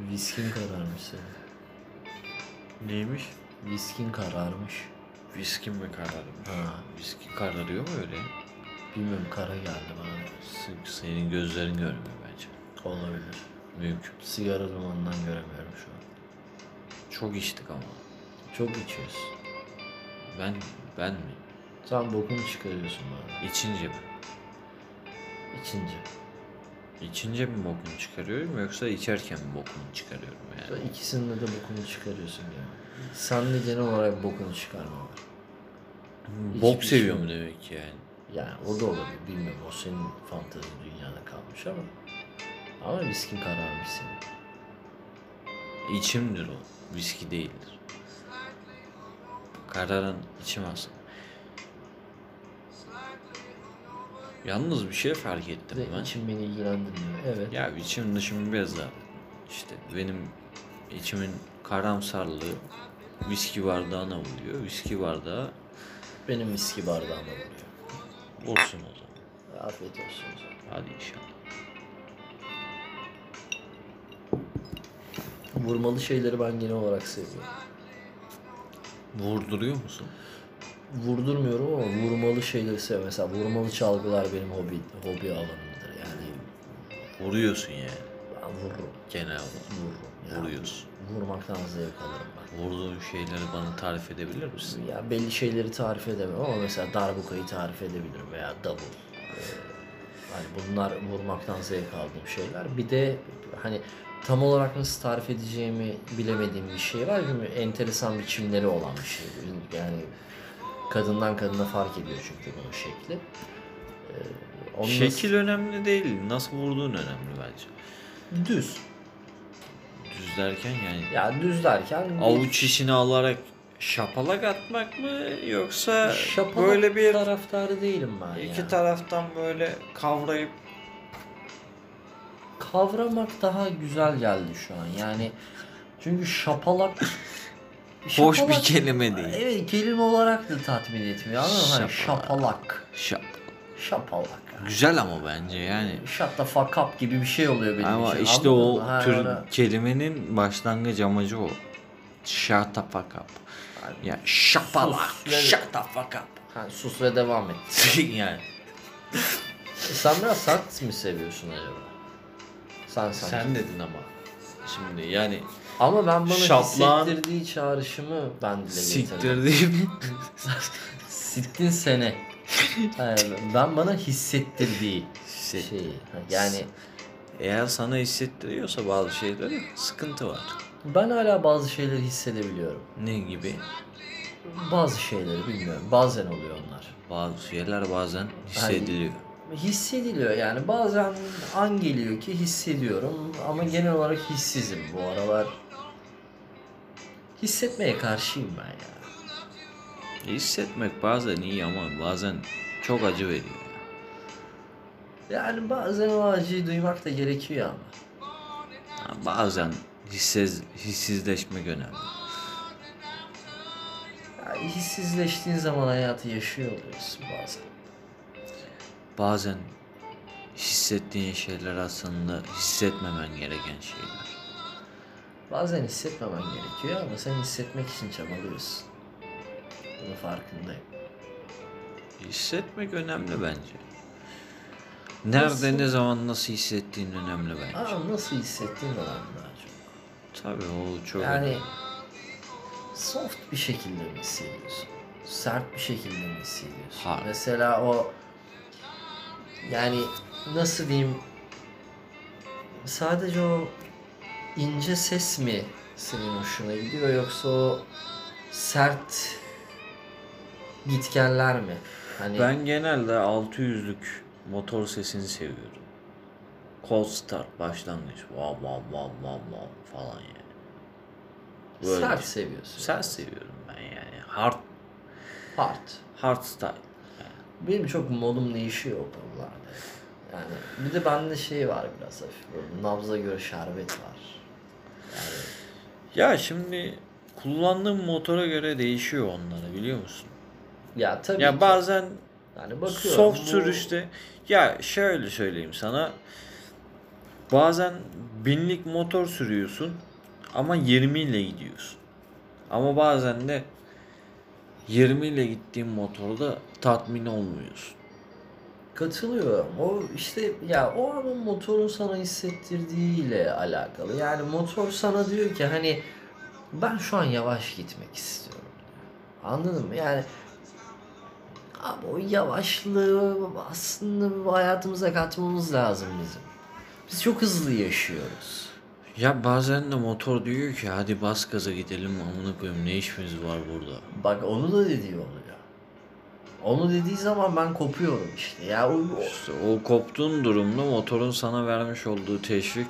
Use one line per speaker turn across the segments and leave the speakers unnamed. Viskin kararmış senin.
Neymiş?
Viskin kararmış.
Viski mi kararmış?
Ha.
Viski kararıyor mu öyle?
Bilmiyorum kara geldi bana.
Sık senin gözlerin görmüyor bence.
Olabilir.
Mümkün.
Sigara dumanından göremiyorum şu an.
Çok içtik ama.
Çok içiyorsun.
Ben ben mi?
Sen bokunu çıkarıyorsun bana.
İçince mi?
İçince.
İçince mi bokunu çıkarıyorum yoksa içerken mi bokunu çıkarıyorum
Sen
yani?
ikisinde de bokunu çıkarıyorsun yani. Sen de genel olarak bokunu çıkarma var.
Bok
İçmiş
seviyorum demek ki yani.
Yani o da olabilir. Bilmiyorum o senin fantezi dünyana kalmış ama. Ama viskin kararmış senin.
İçimdir o. Viski değildir. Kararan içim aslında. Yalnız bir şey fark ettim
Bir de
ben.
içim beni ilgilendirmiyor. Evet.
Ya içim dışım biraz daha. İşte benim içimin karamsarlığı viski bardağına vuruyor. Viski bardağı
Benim viski bardağıma vuruyor.
vursun o zaman.
Afiyet olsun o zaman.
Hadi inşallah.
Vurmalı şeyleri ben genel olarak seviyorum.
Vurduruyor musun?
Vurdurmuyorum ama vurmalı şeyleri seviyorum. Mesela vurmalı çalgılar benim hobi, hobi alanımdır. Yani
Vuruyorsun yani
ben vururum.
genel olarak.
Vururum. Yani
Vuruyorsun.
Vurmaktan zevk alırım ben.
Vurduğun şeyleri bana tarif edebilir misin?
Ya belli şeyleri tarif edemem ama mesela darbukayı tarif edebilirim veya davul. Ee, hani bunlar vurmaktan zevk aldığım şeyler. Bir de hani tam olarak nasıl tarif edeceğimi bilemediğim bir şey var. Çünkü enteresan biçimleri olan bir şey. Yani kadından kadına fark ediyor çünkü bunun şekli. Ee, onun
Şekil önemli değil. Nasıl vurduğun önemli bence.
nasıl- düz.
Düz derken yani
Yani düz derken
avuç içine alarak şapalak atmak mı yoksa
şapalı
böyle bir
taraftarı değilim ben.
iki
ya.
taraftan böyle kavrayıp
kavramak daha güzel geldi şu an. Yani çünkü şapalak
Boş
Şapalak-
bir kelime değil.
Evet kelime olarak da tatmin etmiyor. Anladın mı? Hani
Şapalak.
şapalak.
Şap.
Şapalak. yani.
Güzel ama bence yani.
Shut the fuck up gibi bir şey oluyor benim
Ama
için.
işte
anladın
o
mı? Ha,
tür
öyle.
kelimenin başlangıç amacı o. Shut the fuck up.
Abi,
Yani şapalak.
Sus, evet.
Shut the fuck up.
Ha, sus ve devam et.
yani.
E, sen biraz sert mi seviyorsun acaba? Sen sen.
Sen dedin ama. Şimdi yani
Ama ben bana
Şaplan-
hissettirdiği çağrışımı ben dile getirdim.
siktirdiğim
Sittin sene. Hayır, ben bana hissettirdiği
Hisset-
şeyi. Şey, Yani
Eğer sana hissettiriyorsa bazı şeyleri sıkıntı var.
ben hala bazı şeyleri hissedebiliyorum.
Ne gibi?
Bazı şeyleri bilmiyorum. Bazen oluyor onlar.
Bazı şeyler bazen hissediliyor.
Hissediliyor yani bazen an geliyor ki hissediyorum ama genel olarak hissizim bu aralar. Hissetmeye karşıyım ben ya.
Hissetmek bazen iyi ama bazen çok acı veriyor.
Yani bazen o acıyı duymak da gerekiyor ama.
Ha, Bazen hissiz, hissizleşmek önemli.
Yani hissizleştiğin zaman hayatı yaşıyor oluyorsun bazen.
Bazen hissettiğin şeyler aslında hissetmemen gereken şeyler.
Bazen hissetmemen gerekiyor ama sen hissetmek için çabalıyorsun. Bunun farkındayım.
Hissetmek önemli bence. Nerede, ne zaman, nasıl hissettiğin önemli bence.
Aa nasıl hissettiğin önemli daha çok.
Tabii o çok
Yani
önemli.
soft bir şekilde mi hissediyorsun? Sert bir şekilde mi hissediyorsun?
Hard.
Mesela o yani nasıl diyeyim sadece o ince ses mi senin hoşuna gidiyor yoksa o sert gitgeller mi? Hani
Ben genelde 600'lük motor sesini seviyorum. Cold start başlangıç. Vav vav vav vav vav falan yani. Böyle.
sert seviyorsun.
Sert seviyorum ben yani. Hard
Hard.
hard style.
Benim çok modum değişiyor o konularda. Yani bir de bende şey var biraz hafif böyle nabza göre şerbet var.
Ya şimdi kullandığım motora göre değişiyor onları biliyor musun?
Ya tabii
Ya
ki.
bazen
yani bakıyorum
soft
bu-
sürüşte ya şöyle söyleyeyim sana. Bazen binlik motor sürüyorsun ama 20 ile gidiyorsun. Ama bazen de 20 ile gittiğin motorda tatmin olmuyorsun.
Katılıyorum. O işte ya o anın motorun sana hissettirdiğiyle alakalı. Yani motor sana diyor ki hani ben şu an yavaş gitmek istiyorum. Anladın mı? Yani abi o yavaşlığı aslında bu hayatımıza katmamız lazım bizim. Biz çok hızlı yaşıyoruz.
Ya bazen de motor diyor ki hadi bas gaza gidelim amına koyayım ne işimiz var burada.
Bak onu da dediği oluyor. Onu dediği zaman ben kopuyorum işte. Ya o, o
İşte o koptuğun durumda motorun sana vermiş olduğu teşvik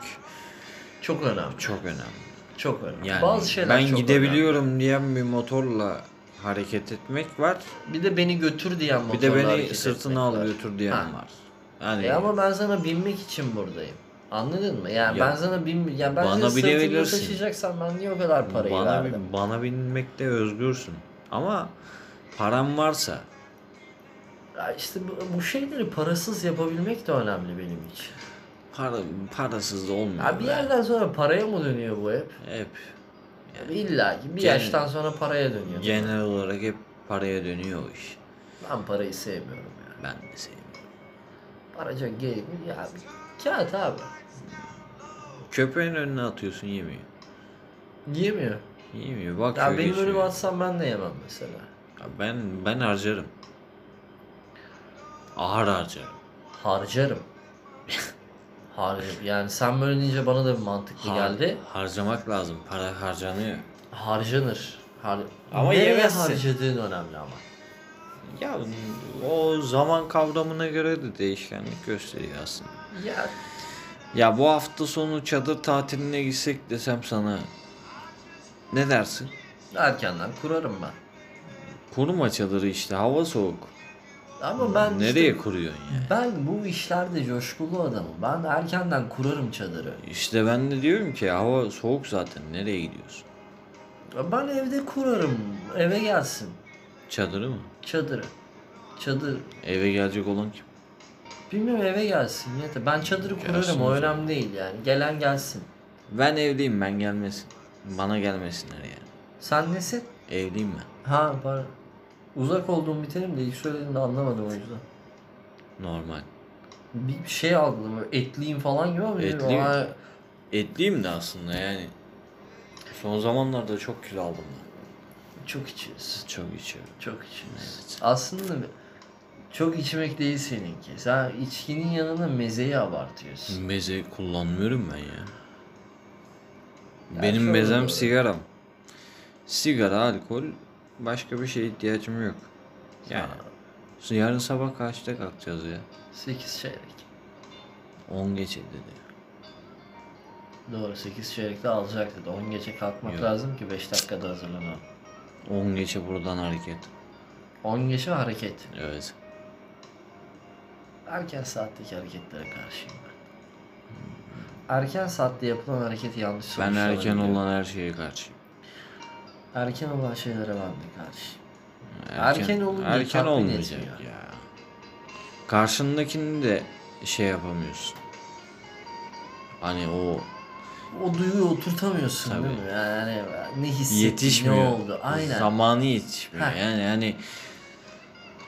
çok önemli.
çok önemli.
Çok önemli.
Yani
Bazı şeyler
ben
çok
gidebiliyorum diyen bir motorla hareket etmek var.
önemli. Bir de beni götür diyen motorla
bir de beni
hareket etmek
sırtına al
var.
götür diyen
Ha.
var. Yani
E ama ben sana binmek için buradayım. Anladın mı? Yani
Ya,
ben sana bin ya ben
bana
seni
bile
sırtımda
verirsin.
taşıyacaksan ben niye o kadar parayı
bana,
verdim?
bana binmekte özgürsün. Ama param varsa
Ya işte bu, bu şeyleri parasız yapabilmek de önemli benim için.
para, parasız da olmuyor.
Ya bir
be.
yerden sonra paraya mı dönüyor bu hep?
Hep
İlla ki bir
Gen-
yaştan sonra paraya dönüyor.
genel olarak hep paraya dönüyor o iş.
Ben parayı sevmiyorum ya.
Ben de sevmiyorum.
Para çok geri ya kağıt abi.
Köpeğin önüne atıyorsun yemiyor.
Yiyemiyor.
Yemiyor bak
Ya benim
geçiyor.
önüme atsam ben de yemem mesela.
Ya ben ben harcarım. Ağır harcarım.
Harcarım. Harcarım. Yani sen böyle deyince bana da bir mantıklı
Har-
geldi.
Harcamak lazım. Para harcanıyor.
Harcanır. Har
Ama
Nereye
yemezsin.
harcadığın önemli ama.
Ya o zaman kavramına göre de değişkenlik gösteriyor aslında.
Ya
Ya bu hafta sonu çadır tatiline gitsek desem sana ne dersin?
erkenden kurarım ben.
Kurma çadırı işte hava soğuk.
Ama ben
Nereye
işte,
kuruyorsun yani?
ben bu işlerde coşkulu adamım. Ben erkenden kurarım çadırı.
İşte ben de diyorum ki hava soğuk zaten nereye gidiyorsun?
Ben evde kurarım. Eve gelsin
Çadırı mı?
çadırı. Çadır.
Eve gelecek olan kim?
Bilmiyorum eve gelsin yeter. Ben çadırı
Gelsin
kurarım
o
o
zaman.
önemli değil yani. Gelen gelsin.
Ben evliyim ben gelmesin. Bana gelmesinler yani.
Sen nesin?
Evliyim ben.
Ha pardon. Uzak olduğum biterim de ilk söylediğini anlamadım o yüzden.
Normal.
Bir bir şey aldım böyle etliyim falan gibi ama
Etli
bilmiyorum. Ha,
Etliyim de aslında yani. Son zamanlarda çok kilo aldım ben.
çok içiyoruz.
Çok içiyorum.
Çok içiyoruz.
Evet.
Aslında bir- çok içmek değil seninki. Sen içkinin yanına mezeyi abartıyorsun.
Meze kullanmıyorum ben ya.
Ya
Benim
şöyle
mezem
doğru.
sigaram. Sigara, alkol, başka bir şeye ihtiyacım yok. Yani yarın sabah kaçta kalkacağız ya?
8 çeyrek.
10 geçe dedi.
Doğru 8 çeyrekte alacaktı. da 10 gece kalkmak
Yok.
lazım ki 5 dakikada hazırlanalım.
10 geçe buradan hareket.
10 gece hareket.
Evet.
Erken saatteki hareketlere karşıyım ben. Erken saatte yapılan hareket yanlış
Ben erken
sonuçlanabiliyor.
olan her şeye karşıyım.
Erken olan şeylere ben de karşıyım. Erken olunca
erken
tatmin
olmayacak
etmiyor.
ya. Karşındakini de şey yapamıyorsun. Hani o
O duyguyu oturtamıyorsun değil
Tabii.
mi? Yani ne hissettin,
yetişmiyor.
ne oldu? Aynen.
Zamanı yetişmiyor.
Heh.
Yani yani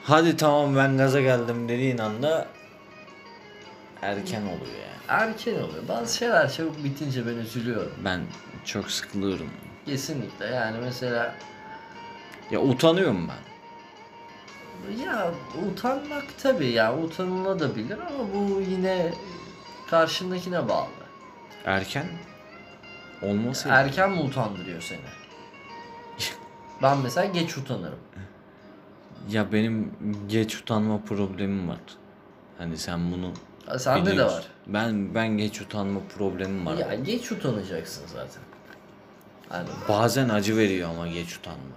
hadi tamam ben gaza geldim dediğin anda erken oluyor yani.
Erken oluyor. Bazı şeyler çabuk bitince ben üzülüyorum.
Ben çok sıkılıyorum.
Kesinlikle yani mesela
Ya utanıyorum ben.
ya utanmak tabii ya utanılabilir ama bu yine karşındakine bağlı.
Erken olması
Erken mi utandırıyor seni? Ben mesela geç utanırım.
Ya benim geç utanma problemim var. Hani sen bunu
Ha, Sende de
biliyorsun.
var.
Ben ben geç utanma problemim var.
Ya geç utanacaksın zaten. Yani
Bazen acı veriyor ama geç utanmak.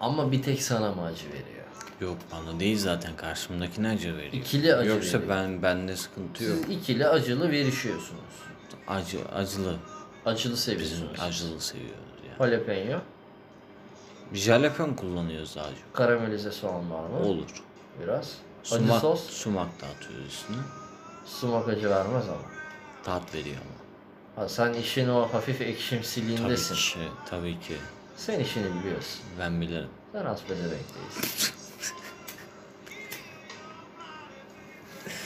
ama bir tek sana mı acı veriyor?
Yok bana değil zaten karşımdakine acı veriyor.
İkili acı
Yoksa
veriyor.
ben bende sıkıntı yok.
Siz ikili acılı verişiyorsunuz.
Acı acılı.
Acılı
Bizim
seviyorsunuz.
acılı seviyoruz ya.
Jalapeno,
Jalapeno kullanıyoruz daha çok.
karamelize soğan var mı?
Olur.
Biraz. Acı
Sumak,
sos,
sumak da atıyoruz üstüne.
sumak acı vermez ama.
Tat veriyor ama.
Ha, sen işin o hafif
Tabii
ekşimsiliğindesin.
ki. Tabii ki.
Sen işini biliyorsun.
Ben bilirim.
Sen aspezevenk değilsin.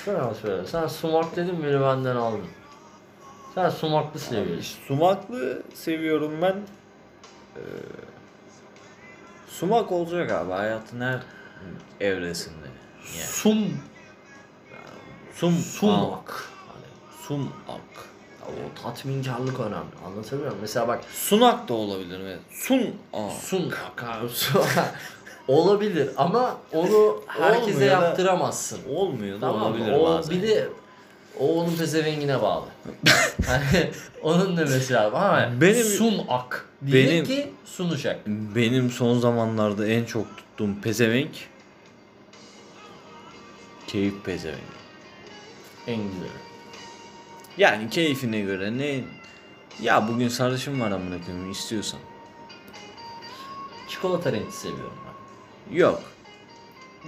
Sen aspezevenk. Sen sumak dedin beni benden aldın. Sen sumaklı seviyorsun.
Sumaklı seviyorum ben. Ee, sumak olacak abi hayatın her evresinde. Yani.
Sum,
Sum,
sumak.
Hani sumak.
O tatminkarlık önemli. Anlatabiliyor muyum? Mesela bak
Sunak da olabilir. Evet. Sunak.
sun olabilir ama onu herkese
Olmuyor da-
yaptıramazsın.
Olmuyor da
Tamam mı?
olabilir
o,
bazen.
Bir de o onun pezevengine bağlı. hani onun da mesela ama
Benim-
sunak diye
benim-
ki sunacak.
Benim son zamanlarda en çok tuttuğum pezevenk keyif pezevenk.
En güzeli.
Yani keyfine göre ne ya bugün sarışın var amına koyayım istiyorsan.
Çikolata rengi seviyorum ben.
Yok.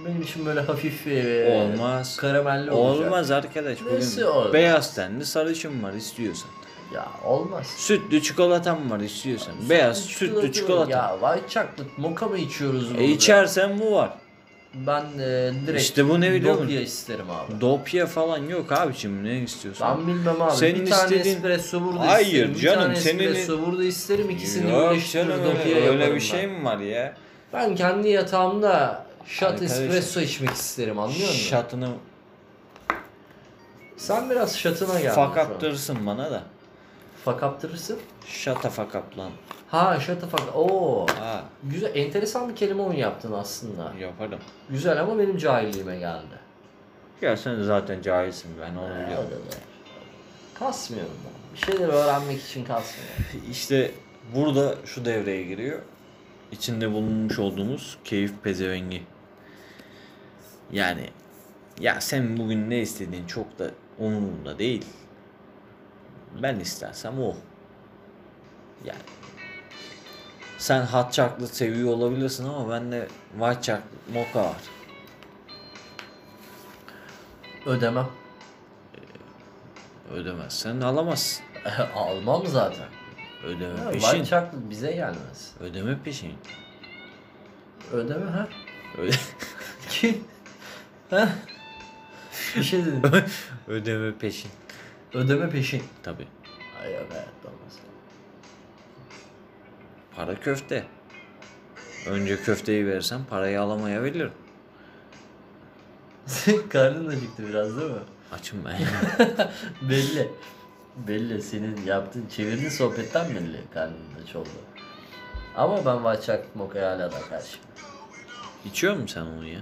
Benim için böyle hafif e,
Olmaz.
karamelli olacak.
Olmaz arkadaş bugün
Nesi olmaz?
beyaz tenli sarışın var istiyorsan.
Ya olmaz.
Sütlü çikolatam var istiyorsan. beyaz sütlü çikolata.
Ya white chocolate mocha mı içiyoruz burada?
E içersen bu var.
Ben e, direkt
İşte bu ne biliyor musun?
Dopya isterim abi.
Dopya falan yok abicim ne istiyorsan.
Ben bilmem abi.
Senin
bir tane
istediğin-
espresso burada
Hayır
isterim. Bir
canım,
tane
senin-
espresso burada isterim. İkisini
Yok
birleştirir
canım,
dopya
öyle, öyle
yaparım
bir şey mi var ya?
Ben. ben kendi yatağımda shot
Arkadaşım.
espresso içmek isterim anlıyor musun?
Şatını
Sen biraz shot'ına gel.
fakaptırsın bana da.
Fakaptırırsın.
Şata fakaplan.
Ha shot'a fak. Oo.
Ha
Güzel, enteresan bir kelime oyunu yaptın aslında.
yaparım.
Güzel ama benim cahilliğime geldi.
Ya sen zaten cahilsin ben onu
Ee,
biliyorum.
öyle de. Kasmıyorum ben. Bir şeyler öğrenmek için kasmıyorum.
İşte burada şu devreye giriyor. İçinde bulunmuş olduğumuz keyif pezevengi. Yani ya sen bugün ne istediğin çok da umurumda değil. Ben istersem o. Yani sen hot chocolate seviyor olabilirsin ama bende white chocolate mocha var.
Ödemem.
Ödemezsen alamazsın.
Almam zaten.
Ödeme
Ha,
peşin.
White chocolate bize gelmez.
Ödeme peşin.
Ödeme ha?
Öde-
Kim? ha? Bir şey dedim.
Ödeme peşin.
Ödeme peşin.
Tabii.
Ay yok hayatta olmaz.
Para köfte. Önce köfteyi versen parayı alamayabilirim.
Karnın acıktı biraz değil mi?
Açım ben.
belli. Belli. Senin yaptığın, çevirdiğin sohbetten belli karnında çoldu. Ama ben Vahçak Moka'ya hala da karşıyım.
İçiyor musun sen onu ya?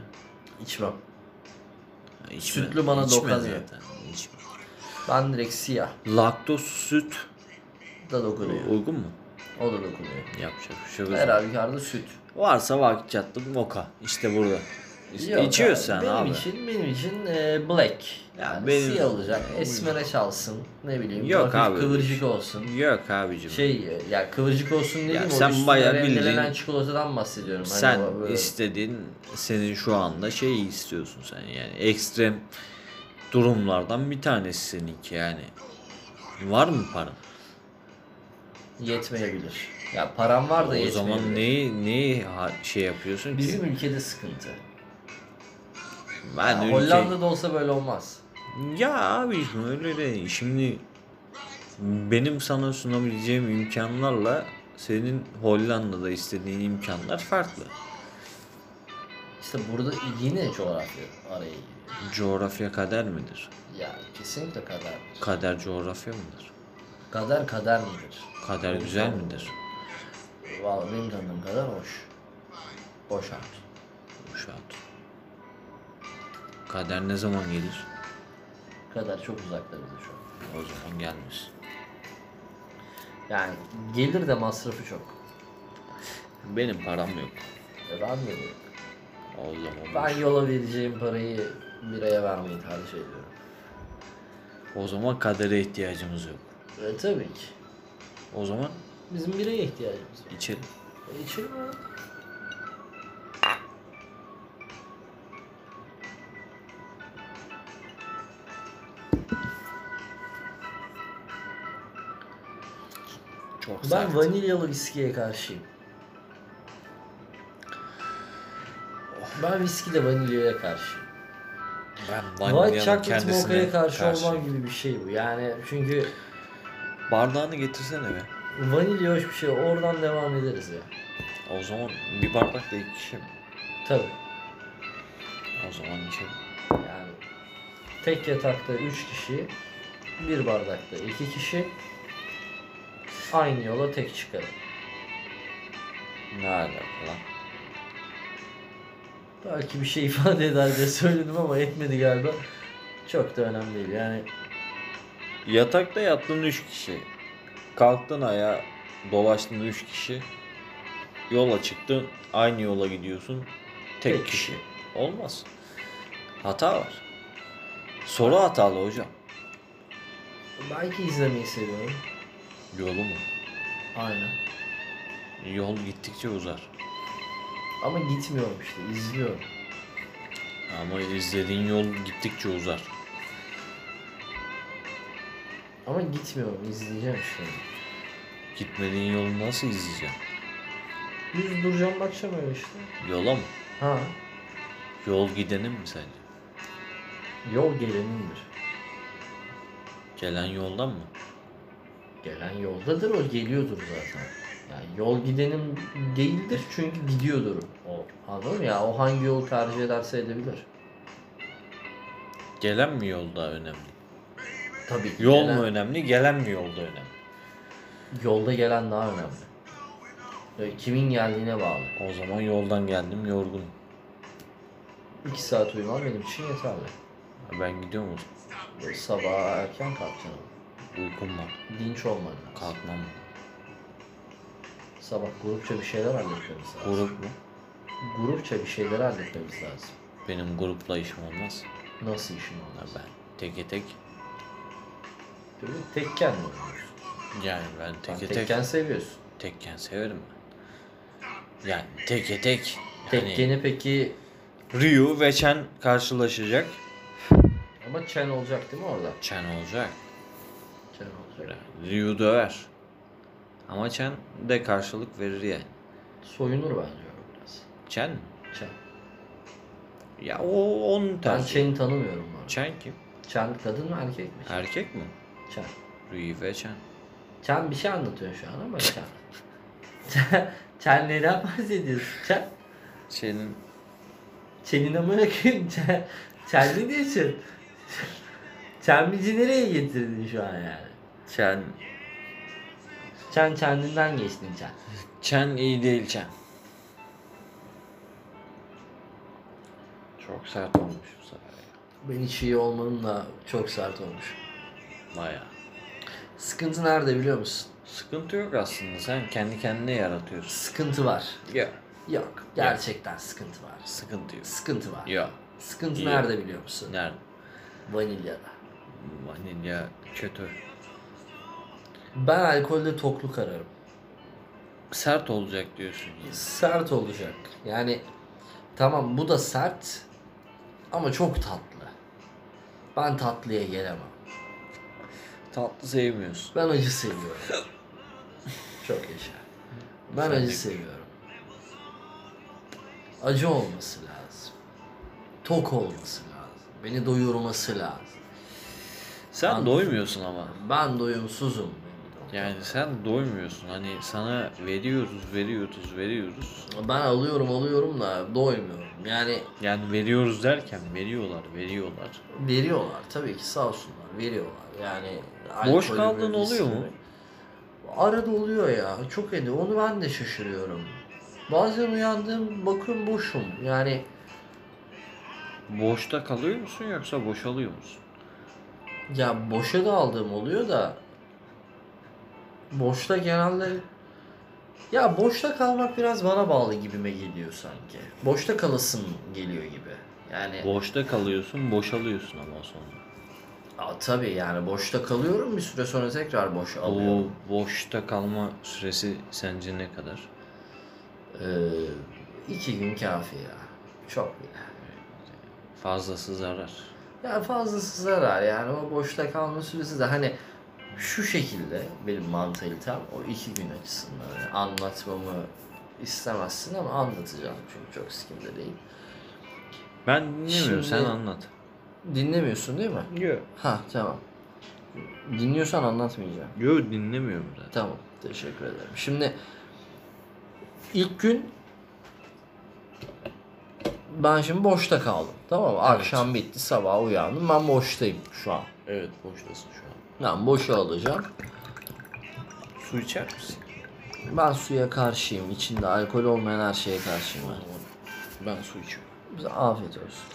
İçmem.
Ha, içme-
Sütlü bana
içme
dokunuyor.
zaten, içme.
Ben direkt siyah
Laktoz süt
da dokunuyor.
uygun mu?
O da dokunuyor.
Yapacak bir şey yok.
Her halükarda süt.
Varsa vakit çattım moka. İşte burada. İşte
Yok
içiyorsan
benim
abi.
için benim için e, black.
Ya
Yani
benim-
siyah olacak.
Uygun.
Esmere çalsın. Ne bileyim.
Yok
hafif
abi.
Kıvırcık olsun.
Yok abicim.
Şey e, ya kıvırcık olsun dediğim
Ya
o
sen
üstüne
bayağı
rendelenen
bildiğin-
çikolatadan bahsediyorum. Hani
sen
o böyle-
istediğin senin şu anda şeyi istiyorsun sen yani ekstrem durumlardan bir tanesi seninki yani. Var mı paran?
yetmeyebilir. Ya param var da
O
yetmeyebilir.
zaman neyi neyi ha- şey yapıyorsun
Bizim
ki?
ülkede sıkıntı.
Ben
Ya
ülke-
Hollanda'da olsa böyle olmaz.
Ya abi öyle de şimdi benim sana sunabileceğim imkanlarla senin Hollanda'da istediğin imkanlar farklı.
İşte burada yine coğrafya araya giriyor.
Coğrafya kader midir?
Ya kesinlikle kaderdir.
Kader coğrafya mıdır?
Kader kader midir?
Kader güzel midir?
Vallahi benim tanıdığım kadar hoş. Boş artık.
Uşak. Kader ne zaman gelir?
Kader çok uzakta bize şu an.
O zaman gelmiş.
Yani gelir de masrafı çok.
Benim param yok.
E ben de yok.
O zaman
Ben yola vereceğim parayı biraya vermeyi tercih ediyorum.
o zaman kadere ihtiyacımız yok.
E tabii ki.
O zaman
Bizim biraya ihtiyacımız var.
içelim.
E, içelim abi.
Çok
Ben
sert.
vanilyalı viskiye karşıyım.
Oh.
Ben viskide vanilyaya karşıyım.
ben
White
vanilyanın
chocolate mocha'ya
kendisine
karşı
karşı
olmam gibi bir şey bu. Yani çünkü
Bardağını getirsene be.
vanilya hoş bir şey. Oradan devam ederiz ya.
O zaman bir bardak da iki kişi mi?
Tabii.
O zaman içelim.
Yani tek yatakta 3 kişi, bir bardakta 2 kişi aynı yola tek çıkarım.
Ne alaka lan?
Belki bir şey ifade eder diye söyledim ama etmedi galiba. Çok da önemli değil yani.
Yatakta yattın 3 kişi. Kalktın ayağa dolaştın 3 kişi. Yola çıktın aynı yola gidiyorsun. Tek,
Tek
kişi. Olmaz. Hata var. Soru hatalı hocam.
Belki izlemeyi seviyorum.
Yolu mu?
Aynen.
Yol gittikçe uzar.
Ama gitmiyorum işte izliyorum.
Ama izlediğin yol gittikçe uzar.
Ama gitmiyorum izleyeceğim işte.
Gitmediğin yolu nasıl izleyeceksin?
Düz duracağım bakacağım öyle işte.
Yola mı?
Ha.
Yol gidenin mi sence?
Yol gelenindir.
Gelen yoldan mı?
Gelen yoldadır o geliyordur zaten. Yani yol gidenim değildir çünkü gidiyordur o. Anladın mı ya? O hangi yolu tercih ederse edebilir.
Gelen mi yol daha önemli?
Tabii ki
Yol
gelen-
mu önemli? Gelen mi yol da önemli?
Yolda gelen daha önemli. Ve Kimin geldiğine bağlı.
O zaman yoldan geldim yorgun.
2 saat uyumam benim için yeterli.
Ben gidiyor muyum?
Böyle Sabah erken kalkacaksın.
Uykum var.
Dinç olman lazım.
Kalkmam.
Sabah grupça bir şeyler halletmemiz lazım.
Grup mu?
Grupça bir şeyler halletmemiz lazım.
Benim grupla işim olmaz.
Nasıl işin onlar
Ya
ben?
Ben teke tek.
Böyle tekken mi oynuyorsun?
Yani ben teke
Sen
tek.
tekken seviyorsun.
Tekken severim ben. Yani teke tek. Yani
Tekkeni peki
Ryu ve Chen karşılaşacak.
ama Chen olacak değil mi orada?
Chen olacak.
Chen olacak.
Ryu döver. Ama Chen de karşılık verir yani.
Soyunur bence orada biraz.
Chen mi?
Chen.
Ya o onun
Ben
tercihi.
Chen'i tanımıyorum bu arada.
Chen kim?
Chen kadın mı erkek mi?
Erkek mi?
Chen.
Ryu ve Chen.
Chen bir şey anlatıyor şu an ama Chen. Chen- Chen neden bahsediyorsun? Chen.
Şeyin
Chen'in amına koyayım. Chen. Chen ne diyorsun? Chen bizi nereye getirdin şu an yani?
Chen.
Chen kendinden geçtin Chen.
Chen iyi değil Chen. Çok sert olmuş bu sefer ya.
Ben hiç iyi olmanın da çok sert olmuş.
Baya.
Sıkıntı nerede biliyor musun?
Sıkıntı yok aslında sen kendi kendine yaratıyorsun.
Sıkıntı var.
Ya.
Yok. Gerçekten sıkıntı var.
Sıkıntı yok.
Sıkıntı var.
Ya.
Sıkıntı
İyi.
nerede biliyor musun?
Nerede?
Vanilyada.
Vanilya kötü.
Ben alkolde tokluk ararım.
Sert olacak diyorsun. ya.
Sert olacak. Yani tamam bu da sert ama çok tatlı. Ben tatlıya gelemem.
Tatlı sevmiyorsun.
Ben acı seviyorum. çok yaşa. Ben
Sen de-
acı seviyorum. Acı olması lazım. Tok olması lazım. Beni doyurması lazım.
Sen
Anladım.
doymuyorsun ama.
Ben doyumsuzum.
Yani sen doymuyorsun. Hani sana veriyoruz, veriyoruz, veriyoruz.
Ben alıyorum alıyorum da doymuyorum. Yani
Yani veriyoruz derken veriyorlar, veriyorlar.
veriyorlar tabii ki sağ olsunlar veriyorlar. Yani
Boş
alkolü
kaldığın
böyle
oluyor mu?
istemek. Arada oluyor ya. Çok edi. Onu ben de şaşırıyorum. Bazen uyandığım bakıyorum boşum. Yani
Boşta kalıyor musun yoksa boşalıyor musun?
ya boşa da aldığım oluyor da boşta genelde ya boşta kalmak biraz bana bağlı gibime geliyor sanki. Boşta kalasım geliyor gibi. Yani
Boşta kalıyorsun, boşalıyorsun ama sonra.
Aa, tabii yani boşta kalıyorum bir süre sonra tekrar boş
O
alıyorum.
boşta kalma süresi sence ne kadar?
Ee, iki gün kafi ya. Çok bile.
Fazlası zarar.
Ya fazlası zarar yani o boşta kalma süresi de hani Şu şekilde benim mantalitem o iki gün açısından. Yani anlatmamı istemezsin ama anlatacağım çünkü çok sikimde değil.
Ben dinlemiyorum sen
Şimdi-
anlat.
Dinlemiyorsun değil mi?
Yok.
Ha tamam. Dinliyorsan anlatmayacağım.
Yok dinlemiyorum zaten.
Tamam. Teşekkür ederim. Şimdi ilk gün ben şimdi boşta kaldım. Tamam mı? Akşam bitti, sabah uyandım. Ben boştayım şu an.
Evet boştasın şu an.
Ben boşa alacağım.
Su içer misin?
Ben suya karşıyım. İçinde alkol olmayan her şeye karşıyım ben.
Ben su içiyorum.
Bize afiyet olsun.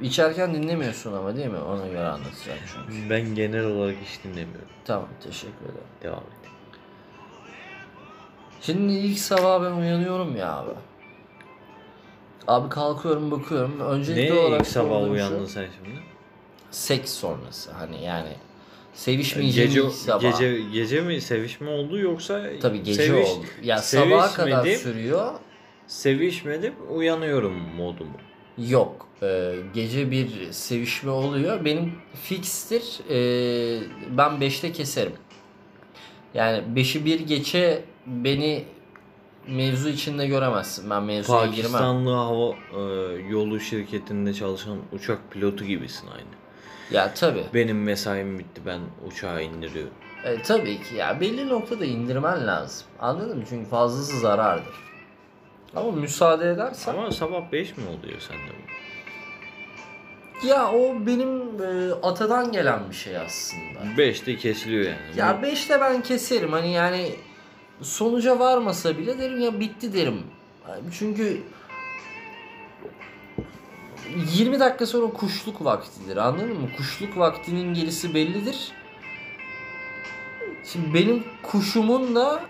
İçerken dinlemiyorsun ama değil mi? Ona göre anlatacağım çünkü.
Ben genel olarak hiç dinlemiyorum.
Tamam teşekkür ederim.
Devam et.
Şimdi ilk sabah ben uyanıyorum ya abi. Abi kalkıyorum bakıyorum. Öncelikli
ne
olarak
ilk sabah
sorduğum
uyandın
Şu,
sen şimdi?
seks sonrası hani yani sevişmeyeceğim
gece,
ilk sabah.
gece gece mi sevişme oldu yoksa
Tabii gece
seviş-
oldu. Ya sabaha kadar
sevişmedim,
sürüyor.
sevişmedim uyanıyorum modu mu?
Yok. Ee, gece bir sevişme oluyor. Benim fikstir. ee, ben 5'te keserim. Yani 5'i bir geçe beni mevzu içinde göremezsin. Ben mevzuya girmem.
Pakistanlı hava e, yolu şirketinde çalışan uçak pilotu gibisin aynı.
Ya tabii.
Benim mesaim bitti ben uçağı indiriyorum.
E, tabii ki ya belli noktada indirmen lazım. Anladın mı? Çünkü fazlası zarardır. Ama müsaade edersen
Ama sabah 5 mi oluyor sende? bu?
ya o benim e, atadan gelen bir şey aslında.
5'te kesiliyor yani.
Ya 5'te ben keserim hani yani sonuca varmasa bile derim ya bitti derim. Çünkü 20 dakika sonra kuşluk vaktidir anladın mı? Kuşluk vaktinin gerisi bellidir. Şimdi benim kuşumun da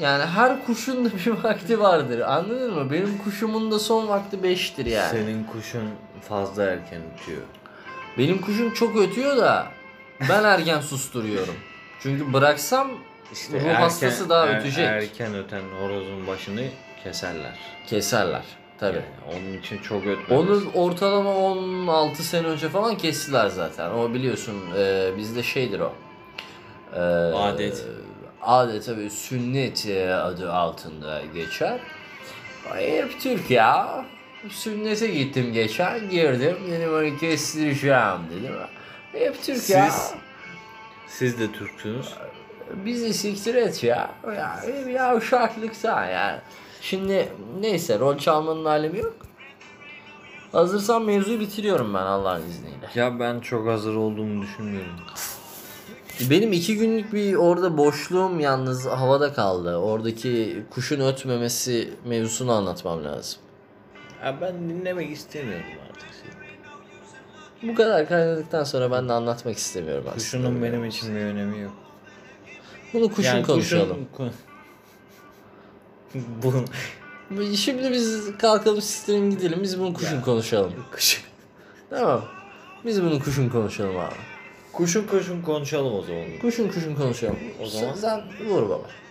yani her kuşun da bir vakti vardır anladın mı? Benim kuşumun da son vakti 5'tir yani.
Senin kuşun fazla erken ötüyor.
Benim kuşum çok ötüyor da ben erken susturuyorum. Çünkü bıraksam
İşte er-
Ruh hastası daha ötecek.
Erken öten horozun başını keserler.
Keserler. Tabii.
Yani onun için çok ötmemesi.
Onu ortalama 16 sene önce falan kestiler zaten. O biliyorsun e, bizde şeydir o. E,
Ee, Adet.
Adet tabii sünnet e, adı altında geçer. Ay, Hep Türk ya. Sünnete gittim geçen girdim dedim hani kestireceğim dedim. Hep Türk ya.
Siz- Siz de Türksünüz.
Bizi siktir et ya. Ya, ya uşaklıktan yani. Şimdi neyse rol çalmanın alemi yok. Hazırsan mevzuyu bitiriyorum ben Allah'ın izniyle.
Ya ben çok hazır olduğumu düşünmüyorum.
Benim iki günlük bir orada boşluğum yalnız havada kaldı. Oradaki kuşun ötmemesi mevzusunu anlatmam lazım.
Ya ben dinlemek istemiyorum artık seni.
Bu kadar kaynadıktan sonra ben de anlatmak istemiyorum aslında.
Kuşunun benim için bir önemi yok.
Bunu kuşun
Yani
konuşalım.
kuşun- Bu
Şimdi biz kalkalım siktirin gidelim biz bunu kuşun
Ya.
konuşalım.
kuşun.
Tamam. Biz bunu kuşun konuşalım abi.
Kuşun kuşun konuşalım o zaman.
Kuşun kuşun konuşalım.
O zaman-
Sen, sen vur baba.